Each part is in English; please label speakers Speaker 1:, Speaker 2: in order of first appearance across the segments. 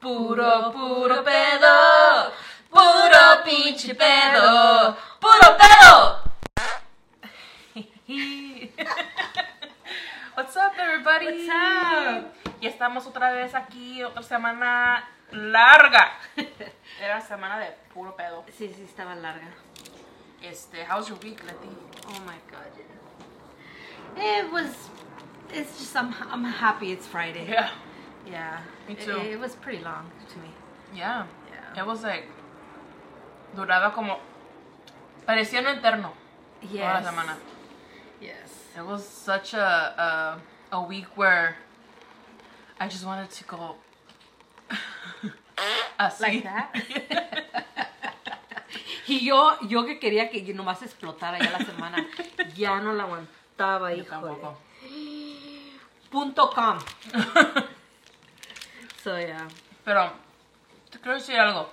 Speaker 1: Puro, puro pedo. Puro pinche pedo. Puro pedo. What's up, everybody?
Speaker 2: What's up?
Speaker 1: Y estamos otra vez aquí, otra semana larga. Era semana de puro pedo.
Speaker 2: Sí, sí, estaba larga.
Speaker 1: Este, how's your week, Leti?
Speaker 2: Oh my god. It was. It's just I'm I'm happy it's Friday. Yeah.
Speaker 1: Me
Speaker 2: It-
Speaker 1: too.
Speaker 2: It, was pretty long to me.
Speaker 1: Yeah.
Speaker 2: Yeah.
Speaker 1: It was like duraba como parecía un eterno toda
Speaker 2: Yes.
Speaker 1: la semana.
Speaker 2: Yes.
Speaker 1: It was such a, a a week where I just wanted to go así.
Speaker 2: Like that. y yo yo que quería que yo nomás explotara ya la semana, ya no la aguantaba,
Speaker 1: Yo
Speaker 2: hijo.
Speaker 1: tampoco.
Speaker 2: Punto com. So yeah.
Speaker 1: Pero te quiero decir algo.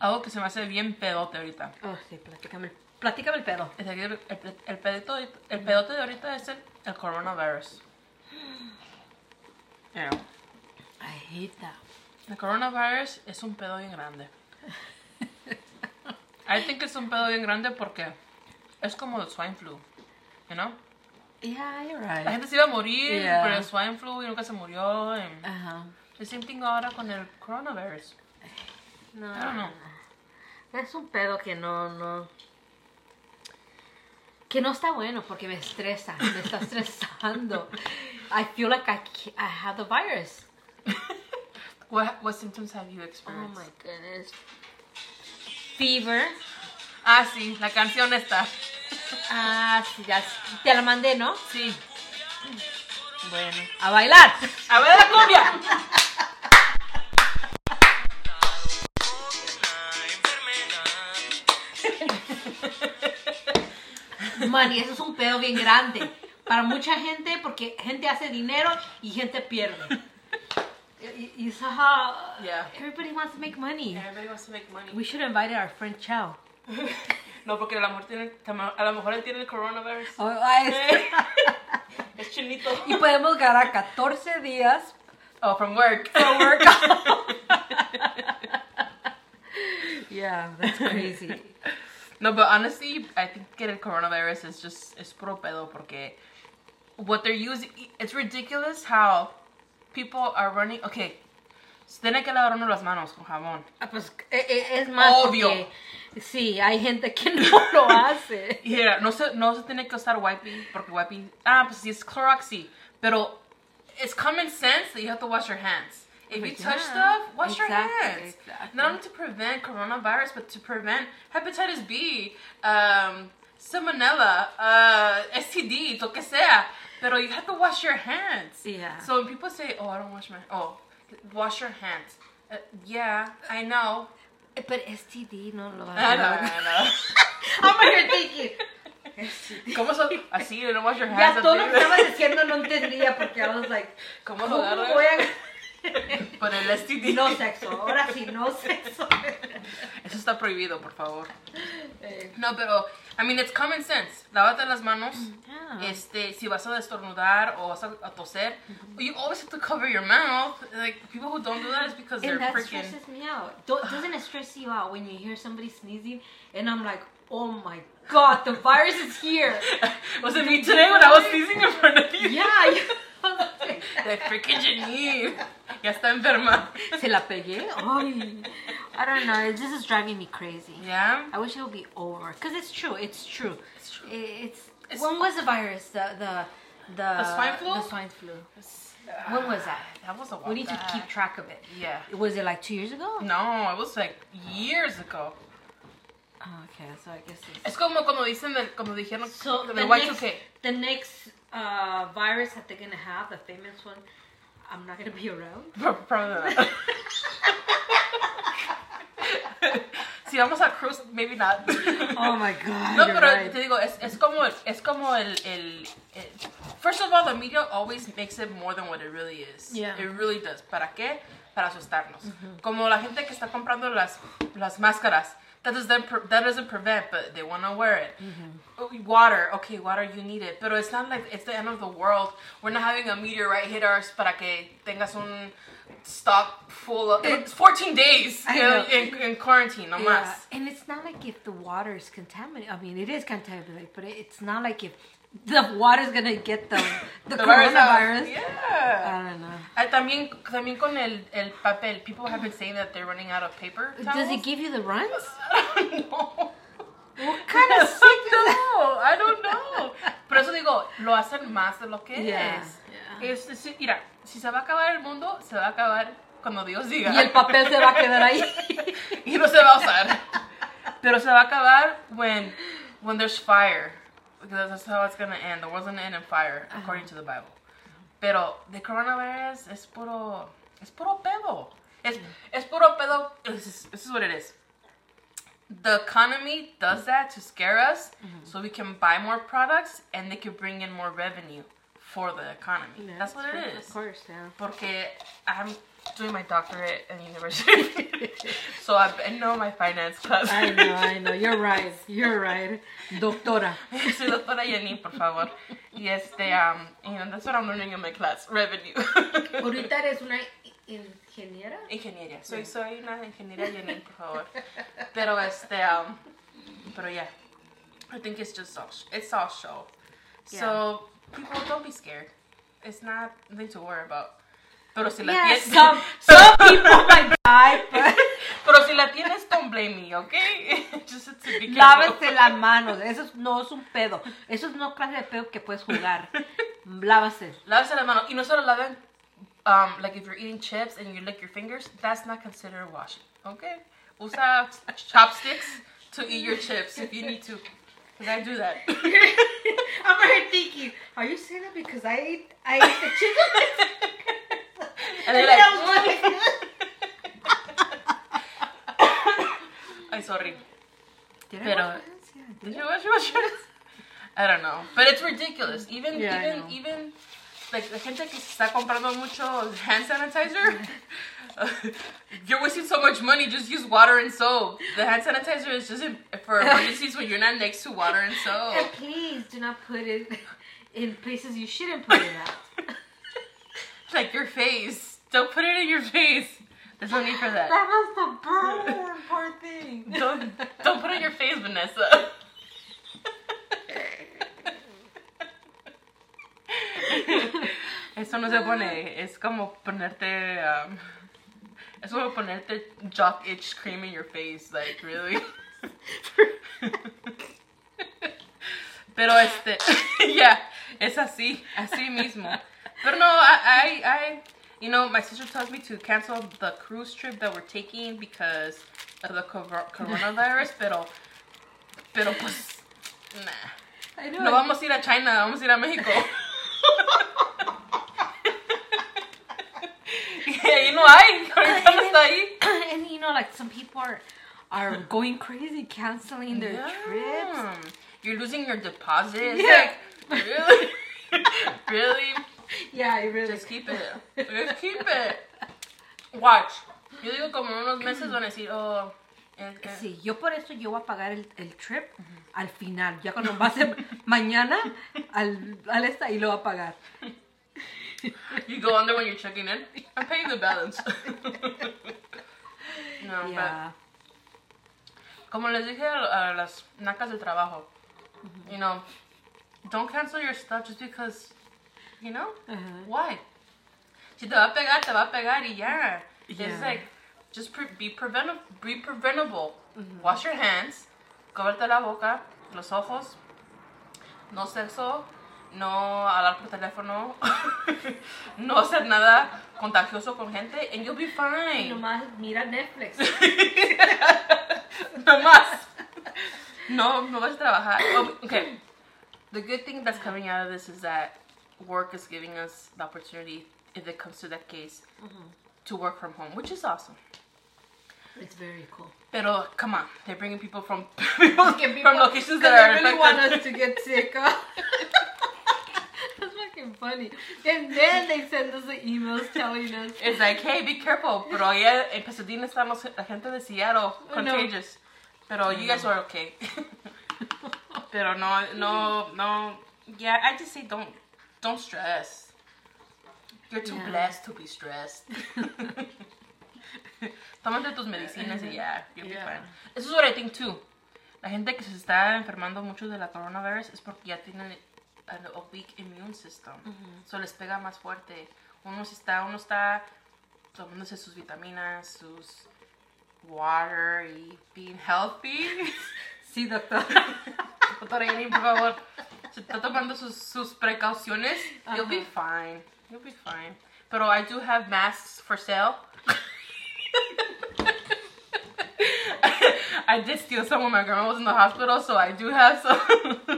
Speaker 1: Algo que se me hace bien pedote ahorita.
Speaker 2: Oh, sí, platícame, platícame el pedo.
Speaker 1: Es decir, el, el pedito- el pedote de ahorita es el, el coronavirus. Yeah.
Speaker 2: I hate that.
Speaker 1: El coronavirus es un pedo bien grande. I think es un pedo bien grande porque es como el swine flu, you know?
Speaker 2: Yeah, you're
Speaker 1: La
Speaker 2: right.
Speaker 1: gente se iba a morir
Speaker 2: Yeah.
Speaker 1: por el swine flu y nunca se murió. and
Speaker 2: Ajá.
Speaker 1: The same thing ahora con el coronavirus.
Speaker 2: No,
Speaker 1: I don't know.
Speaker 2: Es un pedo que no, no. Que no está bueno porque me estresa, me está estresando. I feel like I, ca- I have the virus.
Speaker 1: What, what symptoms have you
Speaker 2: Oh
Speaker 1: experienced?
Speaker 2: my goodness. Fever.
Speaker 1: ah, sí, la canción está.
Speaker 2: Ah, sí, ya s- te la mandé, ¿no?
Speaker 1: Sí.
Speaker 2: Bueno, a bailar.
Speaker 1: A ver la cumbia.
Speaker 2: Man, y eso es un pedo bien grande para mucha gente porque gente hace dinero y gente pierde. Y- y- You saw how
Speaker 1: Yeah.
Speaker 2: everybody wants to make money.
Speaker 1: Everybody wants to make money.
Speaker 2: We should invite our friend Chao.
Speaker 1: No, porque a lo mejor tiene, a lo mejor él tiene el coronavirus. es chinito.
Speaker 2: y podemos ganar 14 días.
Speaker 1: Oh, from work.
Speaker 2: Yeah, that's crazy.
Speaker 1: No, but honestly, I think que el coronavirus is just es puro pedo porque what they're using it's ridiculous how people are running. Okay, se tiene que lavar uno las manos con jabón.
Speaker 2: Ah, pues eh, eh, es más
Speaker 1: Obvio.
Speaker 2: porque- sí, hay gente que no lo hace.
Speaker 1: Y era, no se no se tiene que usar wiping porque wiping ah pues sí es Clorox sí, pero it's common sense that you have to wash your hands. If you
Speaker 2: Pues
Speaker 1: touch
Speaker 2: ya,
Speaker 1: stuff, wash your
Speaker 2: Oh, exactly,
Speaker 1: hands.
Speaker 2: exactly.
Speaker 1: Not only to prevent coronavirus, but to prevent hepatitis B, um, salmonella, uh, STD, lo que sea. Pero you have to wash your hands.
Speaker 2: Yeah.
Speaker 1: So when people say, "Oh, I don't wash my oh, wash your hands," uh, yeah, I know.
Speaker 2: Eh, Pero STD Ah, no lo va
Speaker 1: I
Speaker 2: a
Speaker 1: know. I know.
Speaker 2: I'm here thinking.
Speaker 1: ¿Cómo son así? You don't wash your hands.
Speaker 2: Ya todo lo
Speaker 1: así.
Speaker 2: que estaba diciendo no entendía porque I was like,
Speaker 1: ¿Cómo
Speaker 2: ¿cómo
Speaker 1: lo agarras?
Speaker 2: voy a...
Speaker 1: Por el STD.
Speaker 2: No sexo, ahora sí, no sexo.
Speaker 1: Eso está prohibido, por favor.
Speaker 2: Eh,
Speaker 1: No, pero, I mean, it's common sense. Lávate las manos.
Speaker 2: yeah.
Speaker 1: Este, si vas a estornudar o vas a, a toser, you always have to cover your mouth. Like, people who don't do that is because they're
Speaker 2: And that
Speaker 1: freaking.
Speaker 2: stresses me out. Do- doesn't it stress you out when you hear somebody sneezing and I'm like, oh my god, the virus is here.
Speaker 1: was it me today when I was sneezing in front of you?
Speaker 2: Yeah. you-
Speaker 1: Like, freaking Janine. Ya está enferma.
Speaker 2: Se la pegué. Ay. I don't know. This is driving me crazy.
Speaker 1: Yeah?
Speaker 2: I wish it would be over. Cause it's true. It's true.
Speaker 1: It's true.
Speaker 2: I- It's,
Speaker 1: It's-
Speaker 2: when was the virus? The the the,
Speaker 1: The swine flu?
Speaker 2: The swine flu. When was that?
Speaker 1: That was a while
Speaker 2: We need to
Speaker 1: back.
Speaker 2: keep track of it.
Speaker 1: Yeah.
Speaker 2: Was it like two years ago?
Speaker 1: No, it was like years ago.
Speaker 2: Oh, okay, so I guess it's
Speaker 1: Es como cuando dicen, del- como dijeron,
Speaker 2: So
Speaker 1: del
Speaker 2: the
Speaker 1: Y2K.
Speaker 2: next, the next uh, virus that they're gonna have, the famous one, I'm not gonna be around.
Speaker 1: Pro- Probably not. si vamos a cruise, maybe not.
Speaker 2: Oh my god.
Speaker 1: no,
Speaker 2: you're
Speaker 1: pero
Speaker 2: right.
Speaker 1: te digo, es, es como, el- es como el, el, el- First of all, the media always makes it more than what it really is.
Speaker 2: Yeah.
Speaker 1: It really does. ¿Para qué? Para asustarnos. Como la gente que está comprando las, las máscaras. That does then pre- that doesn't prevent, but they want to wear it. Oh, Water, okay, water, you need it, pero it's not like it's the end of the world. We're not having a meteorite hit us para que tengas un stock full of
Speaker 2: It-
Speaker 1: 14 days
Speaker 2: I
Speaker 1: you know,
Speaker 2: know.
Speaker 1: in, in quarantine, no
Speaker 2: Yeah,
Speaker 1: más.
Speaker 2: and it's not like if the water is contaminated. I mean, it is contaminated, but it- it's not like if the water's gonna get the
Speaker 1: The
Speaker 2: the,
Speaker 1: virus out.
Speaker 2: coronavirus.
Speaker 1: Yeah.
Speaker 2: I don't know.
Speaker 1: Ah, también, también con el, el papel. People have been saying that they're running out of paper towels.
Speaker 2: Does it give you the runs?
Speaker 1: I don't know.
Speaker 2: What kind of sick
Speaker 1: I
Speaker 2: is that?
Speaker 1: know, I don't know. Por eso digo, lo hacen más de lo que
Speaker 2: Yeah,
Speaker 1: es. Es decir, mira, si se va a acabar el mundo, se va a acabar cuando Dios diga.
Speaker 2: Y el papel se va a quedar ahí.
Speaker 1: Y no se va a usar. Pero se va a acabar when, when there's fire. Because that's how it's gonna end. There wasn't an end in fire, according to the Bible. Pero the coronavirus es puro, es puro pedo. Es,
Speaker 2: Mm.
Speaker 1: es puro pedo. This is, this is what it is. The economy does that to scare us
Speaker 2: Mm-hmm.
Speaker 1: so we can buy more products and they can bring in more revenue for the economy. that's what it is.
Speaker 2: Of course, yeah.
Speaker 1: Porque I'm doing my doctorate in university. so I've been on my finance class.
Speaker 2: I know, I know. You're right. You're right. Doctora.
Speaker 1: Soy doctora Jenny, por favor. Y este, um, you know, that's what I'm learning in my class, revenue.
Speaker 2: Ahorita eres una ingeniera.
Speaker 1: Ingeniería. Soy, soy una ingeniera Jenny, por favor. Pero este, um, pero yeah. I think it's just all, sh- it's all show. So, people, don't be scared. It's not nothing to worry about. Pero si la
Speaker 2: Yeah,
Speaker 1: tienes-
Speaker 2: some, some people might die, but
Speaker 1: Pero si la tienes, don't blame me, ¿ok? Just to be careful.
Speaker 2: lávese las manos. Eso es- no es un pedo. Eso es una clase de pedo que puedes jugar. Lávase.
Speaker 1: Lávese las manos. Y no solo laven, um, like if you're eating chips and you lick your fingers, that's not considered washing, ¿ok? Usa chopsticks to eat your chips if you need to. Because I do that.
Speaker 2: I'm already thinking, are you saying that because I ate, I ate the chicken?
Speaker 1: And they're
Speaker 2: then I
Speaker 1: like,
Speaker 2: was like,
Speaker 1: I'm sorry.
Speaker 2: Did I
Speaker 1: Pero-
Speaker 2: wash my hands? Yeah, I
Speaker 1: Did
Speaker 2: did.
Speaker 1: you wash your hands? I don't know. But it's ridiculous. Even,
Speaker 2: Yeah, I know.
Speaker 1: even, even, like, la gente que se está comprando mucho hand sanitizer. You're wasting so much money. Just use water and soap. The hand sanitizer is just in- for emergencies when you're not next to water and
Speaker 2: And
Speaker 1: soap.
Speaker 2: please do not put it in places you shouldn't put it at.
Speaker 1: like your face. Don't put it in your face. There's no need for that.
Speaker 2: That was the burn part thing.
Speaker 1: Don't don't put it in your face, Vanessa. Eso no se pone. Es como ponerte. Um, es como ponerte jock itch cream in your face. Like really. Pero este, yeah, es así, así mismo. Pero no, I, I, I, you know, my sister tells me to cancel the cruise trip that we're taking because of the cor- coronavirus, pero, pero pues, nah.
Speaker 2: I know.
Speaker 1: No vamos a ir a China, vamos a ir a México. y ahí no hay, ahorita no está ahí.
Speaker 2: and you know, like some people are are going crazy canceling their trips.
Speaker 1: Yeah. You're losing your deposit. It's
Speaker 2: Yeah.
Speaker 1: Like, really? really?
Speaker 2: Yeah, I really
Speaker 1: Just keep it. Just keep it. Watch. Yo digo como en unos meses van a decir, oh, eh, eh,
Speaker 2: Sí, yo por eso yo voy a pagar el, el trip al final, ya cuando va a ser mañana al, al esta y lo va a pagar.
Speaker 1: you go under when you're checking in. I'm paying the balance. no,
Speaker 2: Yeah.
Speaker 1: but como les dije a, a las nacas de trabajo, you know, don't cancel your stuff just because, you know,
Speaker 2: Ujú.
Speaker 1: why? Si te va a pegar, te va a pegar y ya.
Speaker 2: Yeah.
Speaker 1: It's like, just pre- be, prevent- be preventable. Wash your hands, cóbrete la boca, los ojos, no sexo, no hablar por teléfono, no hacer nada contagioso con gente, and you'll be
Speaker 2: Y
Speaker 1: fine.
Speaker 2: Nomás mira Netflix.
Speaker 1: No más. No, no vas a trabajar. Oh, okay. The good thing that's coming out of this is that work is giving us the opportunity, if it comes to that case,
Speaker 2: Mm-hmm.
Speaker 1: to work from home, which is awesome.
Speaker 2: It's very cool.
Speaker 1: Pero come on, they're bringing people from from locations that are
Speaker 2: Because they really
Speaker 1: infected.
Speaker 2: want us to get sick. huh? That's fucking funny. And then they send us the emails telling us.
Speaker 1: It's like, hey, be careful. Pero ya en Pasadena estamos la gente de Seattle
Speaker 2: Oh, no.
Speaker 1: contagious. Pero you guys were okay. Pero no, no, no. Yeah, I just say don't, don't stress. You're too
Speaker 2: Yeah.
Speaker 1: blessed to be stressed. Tómate tus medicinas y ya, you'll be
Speaker 2: Yeah.
Speaker 1: fine. Eso es what I think too. La gente que se está enfermando mucho de la coronavirus es porque ya tienen an- a weak immune system. So les pega más fuerte. Uno se está, uno está tomándose sus vitaminas, sus water y being healthy.
Speaker 2: Sí, doctor.
Speaker 1: Doctora Jenny, por favor, se está tomando sus, sus precauciones. You'll be fine. You'll be fine. Pero I do have masks for sale. I did steal some when my grandma was in the hospital, so I do have some.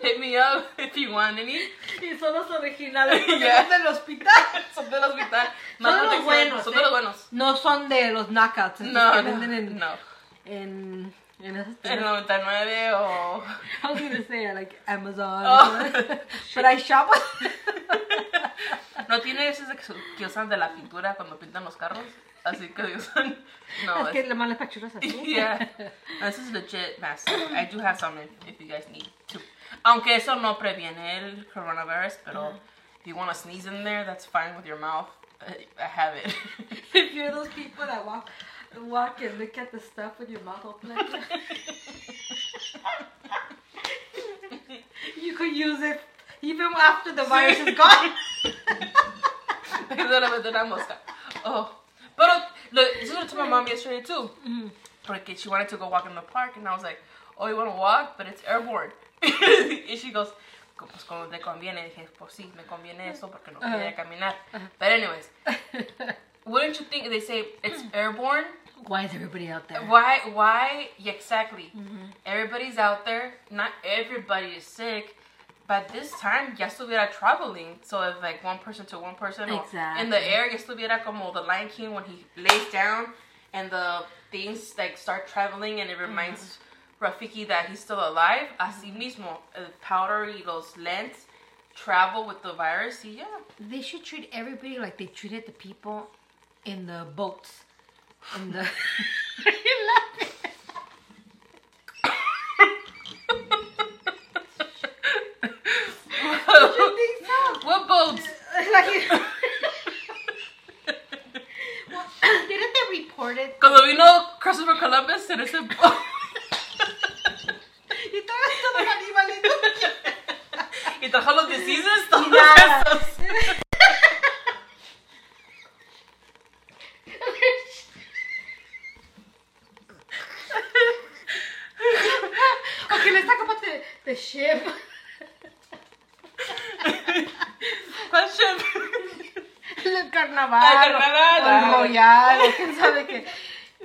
Speaker 1: Hit me up if you want any.
Speaker 2: Y son los originales porque
Speaker 1: Yeah.
Speaker 2: son del hospital.
Speaker 1: Son del hospital.
Speaker 2: Son de los
Speaker 1: protección.
Speaker 2: buenos.
Speaker 1: Son
Speaker 2: ¿eh?
Speaker 1: de los buenos.
Speaker 2: No son de los knockouts. esos
Speaker 1: No,
Speaker 2: que
Speaker 1: no,
Speaker 2: venden en,
Speaker 1: no.
Speaker 2: en, en esas
Speaker 1: El
Speaker 2: tiendas.
Speaker 1: 99 o...
Speaker 2: I was gonna say like Amazon.
Speaker 1: Oh.
Speaker 2: But I shop.
Speaker 1: No tiene esos de que su- que usan de la pintura cuando pintan los carros. Así que usan. No,
Speaker 2: es que
Speaker 1: es.
Speaker 2: la mala factura es así.
Speaker 1: Yeah. No, This is legit massive. I do have some if, if you guys need to. Aunque eso no previene el coronavirus, pero if you want to sneeze in there, that's fine with your mouth. I, I have it.
Speaker 2: If you're those people that walk walk and look at the stuff with your mouth open like that, you could use it even after the virus is gone.
Speaker 1: Perdóname, de la mosca. Oh. Pero, look, this is what I told my mom yesterday too. Porque she wanted to go walk in the park, and I was like, oh, you want to walk? But it's airborne. and she goes, "Co- pues como te conviene. Dije, pues sí, me conviene eso porque no quería caminar. But anyways, wouldn't you think they say it's airborne?
Speaker 2: Why is everybody out there?
Speaker 1: Why? Why? yeah, Exactly. Everybody's out there. Not everybody is sick. But this time, ya estuviera traveling. So if like one person to one person, or in
Speaker 2: Exactly.
Speaker 1: the air, ya estuviera como the Lion King when he lays down and the things like start traveling and it reminds Rafiki that he's still alive. Así mismo, el powder y los lens travel with the virus. Y yeah.
Speaker 2: They should treat everybody like they treated the people in the boats. In the think so?
Speaker 1: what boats?
Speaker 2: like didn't they report it?
Speaker 1: Cuando vino Christopher Columbus en ese
Speaker 2: Y todos estos animalitos.
Speaker 1: y trajo los diseases, todos
Speaker 2: nada.
Speaker 1: esos.
Speaker 2: okay, let's talk about the, the ship.
Speaker 1: Question.
Speaker 2: El
Speaker 1: El
Speaker 2: carnaval.
Speaker 1: carnaval,
Speaker 2: o el
Speaker 1: ah.
Speaker 2: royal. o quién sabe qué.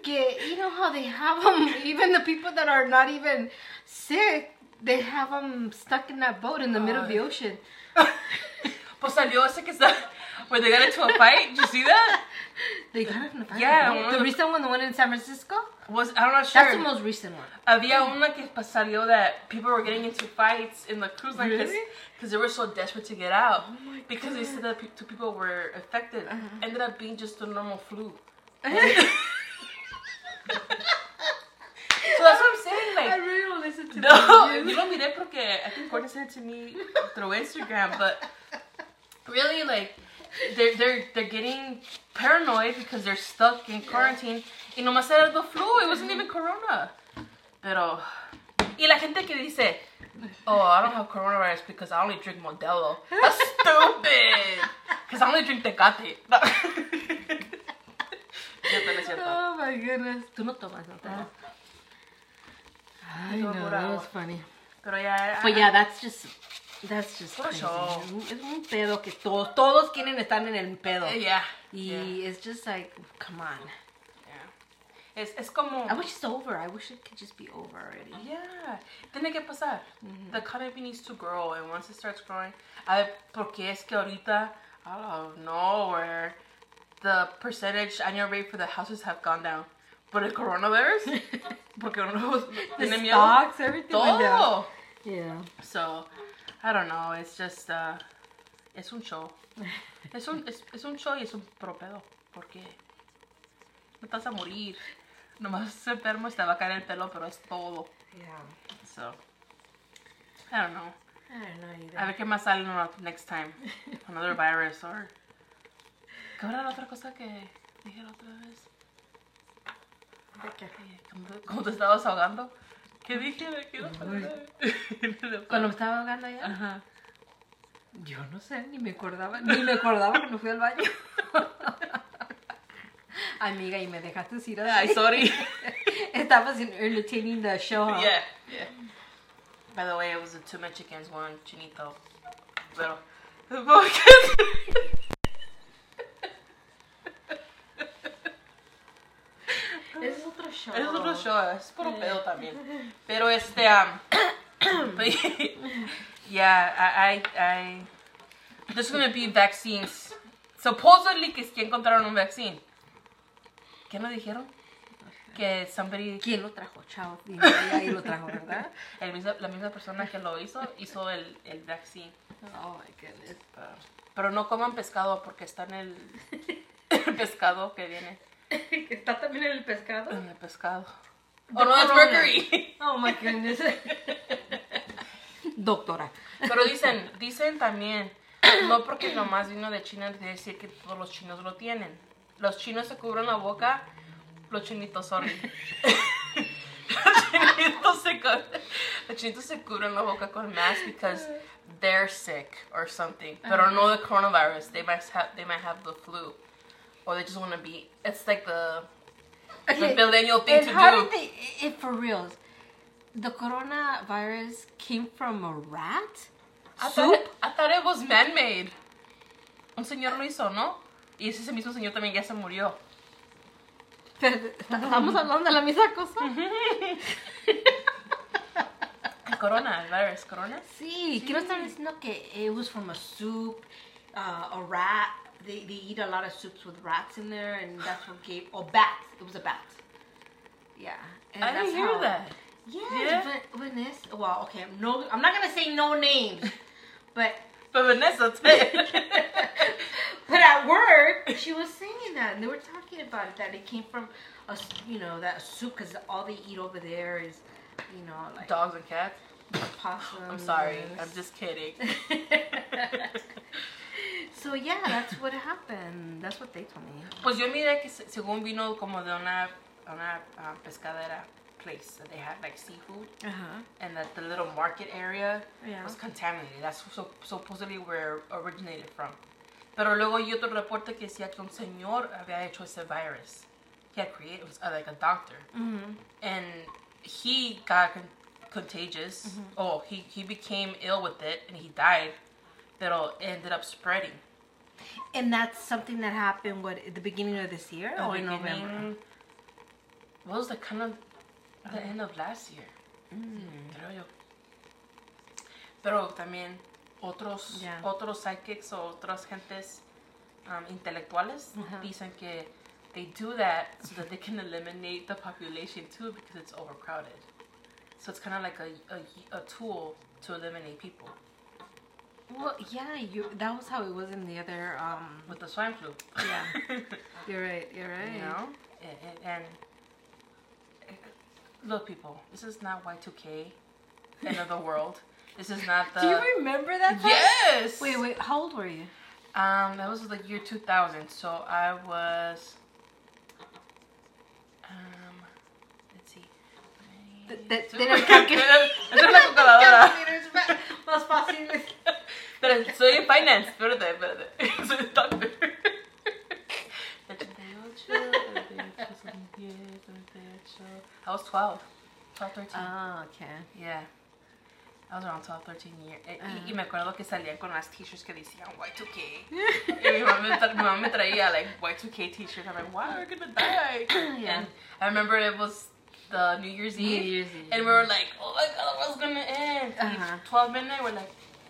Speaker 2: Que, you know how they have them, even the people that are not even sick, they have them stuck in that boat in the middle of the ocean.
Speaker 1: pues salió ese que está. pues, Where they got into a fight. Did you see that?
Speaker 2: They got it in the fire.
Speaker 1: Yeah,
Speaker 2: right?
Speaker 1: one of
Speaker 2: The
Speaker 1: the-
Speaker 2: recent one, the one in San Francisco?
Speaker 1: Was I'm not sure.
Speaker 2: That's the most recent one.
Speaker 1: Había una que pa- salió that people were getting into fights in the cruise line because
Speaker 2: Really?
Speaker 1: they were so desperate to get out because they said that pe- two people were affected. Ended up being just a normal flu. So that's what I'm saying. Like
Speaker 2: I really don't listen to
Speaker 1: No,
Speaker 2: the
Speaker 1: you
Speaker 2: news.
Speaker 1: don't mean it porque I think Courtney sent it to me through Instagram, but really like they're they're they're getting paranoid because they're stuck in quarantine. Y nomás era the flu, it wasn't even corona. Pero y la gente que dice, oh, I don't have coronavirus because I only drink Modelo. That's stupid. Because I only drink Tecate. No. Cierto, no es cierto.
Speaker 2: Oh my goodness. Tú no tomas, no
Speaker 1: No.
Speaker 2: I
Speaker 1: Yo
Speaker 2: know,
Speaker 1: tomo
Speaker 2: that
Speaker 1: agua.
Speaker 2: was funny.
Speaker 1: Pero ya.
Speaker 2: But yeah, Pues that's just that's just
Speaker 1: Puro
Speaker 2: crazy.
Speaker 1: show.
Speaker 2: Es un- Es un pedo que todos todos quieren estar en el pedo.
Speaker 1: Yeah.
Speaker 2: Y it's just like, come on.
Speaker 1: yeah. Es, es como.
Speaker 2: I wish it's over. I wish it could just be over already.
Speaker 1: Yeah, tiene que pasar. The economy needs to grow, and once it starts growing, a ver, porque es que ahorita, out of nowhere, the percentage annual rate for the houses have gone down. But the coronavirus, porque uno
Speaker 2: The
Speaker 1: tiene miedo.
Speaker 2: stocks, everything went down.
Speaker 1: Todo.
Speaker 2: Yeah.
Speaker 1: So, I don't know, it's just, uh, es un show. Es un, es, es un show y es un propedo, porque no te vas a morir. Nomás estás enfermo y te va a caer el pelo, pero es todo.
Speaker 2: Yeah.
Speaker 1: So, I don't know.
Speaker 2: I don't know either.
Speaker 1: A ver qué más sale no- next time. Another virus or... ¿Qué era la otra cosa que dije la otra vez? Eh, ¿Cómo te, cómo te estabas ahogando? ¿Qué dije? Me quiero perder.
Speaker 2: Cuando me estaba ahogando allá.
Speaker 1: Ajá.
Speaker 2: Yo no sé, ni me acordaba, ni me acordaba cuando fui al baño. Amiga, y me dejaste ir
Speaker 1: Ay,
Speaker 2: así.
Speaker 1: sorry.
Speaker 2: Estabas en- entertaining the show. huh?
Speaker 1: yeah, yeah. By the way, it was the two Mexicans, one chinito. Pero...
Speaker 2: Es otro show.
Speaker 1: Es otro show, es puro pedo también. Pero este, um, yeah, I, I, I, there's gonna be vaccines. Supposedly que es que encontraron un vaccine. ¿Qué nos dijeron? Que somebody,
Speaker 2: ¿Quién lo trajo? Chao. Y ahí lo trajo, ¿verdad?
Speaker 1: el mismo- la misma persona que lo hizo, hizo el, el vaccine.
Speaker 2: Oh my goodness.
Speaker 1: Pero- Pero no coman pescado porque está en el, el pescado que viene.
Speaker 2: ¿Está también en el pescado?
Speaker 1: En el pescado.
Speaker 2: The
Speaker 1: Oh no, es
Speaker 2: corona.
Speaker 1: mercury.
Speaker 2: Oh my goodness. Doctora.
Speaker 1: Pero dicen, dicen también, no porque nomás vino de China, quiere decir que todos los chinos lo tienen. Los chinos se cubren la boca, los chinitos, sorry. los, chinitos se, cu- los chinitos se cubren la boca con masks because they're sick or something. Pero no the coronavirus, they might have, they might have the flu. Or they just want to be, it's like the, the millennial thing
Speaker 2: And
Speaker 1: to
Speaker 2: how
Speaker 1: do.
Speaker 2: did they, i- if for reals, the coronavirus came from a rat?
Speaker 1: I thought,
Speaker 2: Soup?
Speaker 1: it, I thought it was man-made. Un señor lo hizo, ¿no? Y ese mismo señor también ya se murió.
Speaker 2: Pero, ¿Estamos hablando de la misma cosa?
Speaker 1: El corona, el virus, corona.
Speaker 2: Sí, que no están diciendo que it was from a soup, uh, a rat. They, they eat a lot of soups with rats in there, and that's what gave. Or bats. It was a bat. Yeah. And
Speaker 1: I
Speaker 2: that's
Speaker 1: didn't hear
Speaker 2: how-
Speaker 1: that.
Speaker 2: Yes,
Speaker 1: Yeah.
Speaker 2: but when this, well, okay, no, I'm not gonna say no names, but
Speaker 1: But Vanessa, it's-
Speaker 2: but at work, she was saying that, and they were talking about it that it came from a, s- you know, that soup because all they eat over there is, you know, like
Speaker 1: dogs and cats.
Speaker 2: possums.
Speaker 1: I'm sorry,
Speaker 2: and-
Speaker 1: I'm just kidding.
Speaker 2: so yeah, that's what happened. That's what they told me.
Speaker 1: Pues yo miré que se- según vino como de una, una um, pescadera place that they had like seafood
Speaker 2: Uh huh.
Speaker 1: and that the little market area
Speaker 2: Yeah.
Speaker 1: was contaminated. That's so, supposedly where it originated from. Pero luego hay otro reporte que decía que un señor había hecho ese virus. He had created, it was uh, like a doctor.
Speaker 2: Mm-hmm.
Speaker 1: and he got con- contagious. Oh, he, he became ill with it and he died. Pero it ended up spreading.
Speaker 2: And that's something that happened what at the beginning of this year or in
Speaker 1: Beginning-
Speaker 2: November.
Speaker 1: What was the kind of the end of last year? Creo yo. Pero también otros
Speaker 2: Yeah.
Speaker 1: otros psychics o otras gentes um, intelectuales
Speaker 2: Ujú.
Speaker 1: dicen que they do that so that they can eliminate the population too because it's overcrowded. So it's kind of like a, a, a tool to eliminate people
Speaker 2: Well, yeah, you. That was how it was in the other. Um,
Speaker 1: with the swine flu.
Speaker 2: Yeah. you're right. You're right.
Speaker 1: You know? And, and, and- look, people, this is not Y2K, end of the world. This is not the.
Speaker 2: Do you remember that? Time?
Speaker 1: Uh, yes!
Speaker 2: Wait, wait. How old were you?
Speaker 1: Um, that was the year 2000, so I was. Um, let's see.
Speaker 2: Te- te-
Speaker 1: Two-
Speaker 2: Tener calculadora.
Speaker 1: Hacer la calculadora.
Speaker 2: Más fácil.
Speaker 1: Pero soy en finance, espérate, espérate. Soy doctor. 88, 88, 78. I was 12. 12, 13.
Speaker 2: Ah, okay.
Speaker 1: yeah. I was around 12, 13 years.
Speaker 2: Ah.
Speaker 1: Eh, y, y me acuerdo que salían con las t-shirts que decían Y2K. y mi mamá, me tra- mi mamá me traía, like, Y2K t-shirt. I'm like, why are we gonna die?
Speaker 2: Yeah.
Speaker 1: And I remember it was the New Year's Eve. And we were like, oh my god, what's gonna end? And
Speaker 2: Uh-huh.
Speaker 1: 12 midnight, we're like,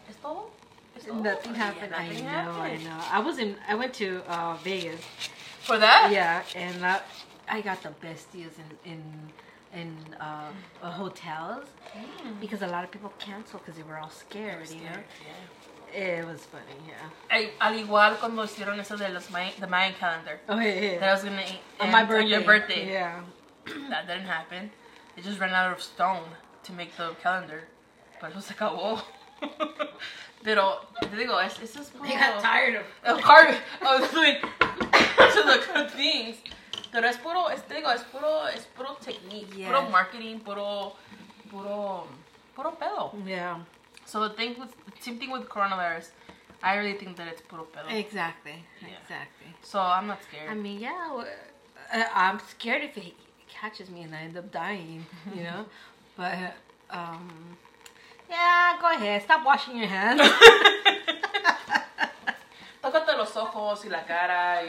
Speaker 1: it's todo? ¿Es todo?
Speaker 2: Nothing
Speaker 1: "Oh, Yeah,
Speaker 2: happened. I
Speaker 1: nothing
Speaker 2: know, I
Speaker 1: happened.
Speaker 2: know. I was in. I went to uh, Vegas.
Speaker 1: For that?
Speaker 2: Yeah, and I, I got the best deals in in in uh, uh, hotels
Speaker 1: Mm.
Speaker 2: because a lot of people canceled because they were all scared. You know, it was funny. Yeah.
Speaker 1: Ay, Al igual cuando hicieron eso de los Mayan, the Mayan calendar.
Speaker 2: Oh yeah.
Speaker 1: That I was gonna eat
Speaker 2: On my
Speaker 1: on your birthday.
Speaker 2: Yeah.
Speaker 1: that didn't happen. They just ran out of stone to make the calendar. But it was like, oh, Pero, te digo, es, es es
Speaker 3: They got
Speaker 1: puro
Speaker 3: tired of
Speaker 1: el carpet. I was doing to the things. Pero es puro, es, te digo, es puro, es puro technique, puro
Speaker 2: Yeah.
Speaker 1: marketing, puro, puro, puro pedo.
Speaker 2: Yeah.
Speaker 1: So the thing with, the same thing with coronavirus, I really think that it's puro pedo.
Speaker 2: Exactly.
Speaker 1: Oh. Yeah.
Speaker 2: Exactly.
Speaker 1: so I'm not scared.
Speaker 2: I mean, yeah, w- I- I'm scared if it catches me and I end up dying, you know? but, um, yeah, go ahead. Stop washing your hands.
Speaker 1: Tócate los ojos y la cara y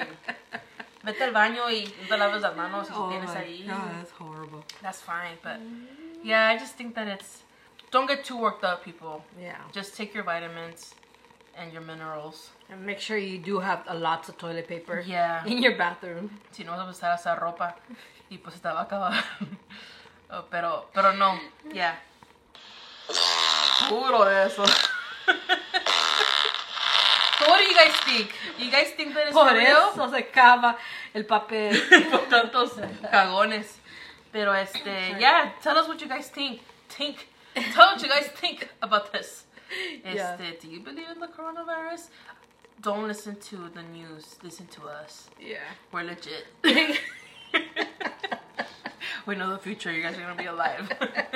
Speaker 1: vete al baño y no te laves las manos y
Speaker 2: oh,
Speaker 1: tienes
Speaker 2: my
Speaker 1: ahí.
Speaker 2: God, that's horrible.
Speaker 1: That's fine, but yeah, I just think that it's don't get too worked up, people.
Speaker 2: Yeah.
Speaker 1: Just take your vitamins and your minerals.
Speaker 2: And make sure you do have a lots of toilet paper
Speaker 1: Yeah.
Speaker 2: in your bathroom.
Speaker 1: Si no, vas a usar esa ropa y pues se te va a acabar. Oh, pero, pero no, yeah. Puro de eso. So what do you guys think? You guys think that it's
Speaker 2: Por
Speaker 1: for real?
Speaker 2: eso se acaba el papel.
Speaker 1: por tantos cagones. Pero este, yeah, tell us what you guys think. Think. Tell what you guys think about this. Este,
Speaker 2: Yeah.
Speaker 1: do you believe in the coronavirus? Don't listen to the news. Listen to us.
Speaker 2: yeah.
Speaker 1: We're legit. we know the future. You guys are gonna be alive.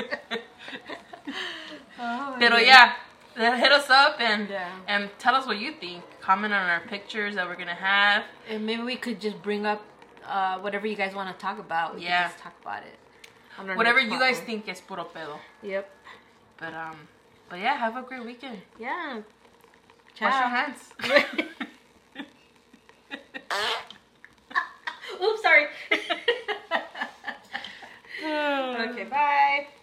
Speaker 2: Oh,
Speaker 1: Pero yeah, then hit us up and
Speaker 2: Yeah.
Speaker 1: and tell us what you think. Comment on our pictures that we're gonna have.
Speaker 2: And maybe we could just bring up uh, whatever you guys want to talk about. We could
Speaker 1: Yeah.
Speaker 2: just talk about it. on our
Speaker 1: Whatever
Speaker 2: next
Speaker 1: you guys
Speaker 2: podcast.
Speaker 1: think is puro pedo.
Speaker 2: Yep.
Speaker 1: But um, but yeah, have a great weekend.
Speaker 2: Yeah. Ciao.
Speaker 1: Wash your hands.
Speaker 2: Oops, sorry. okay, bye.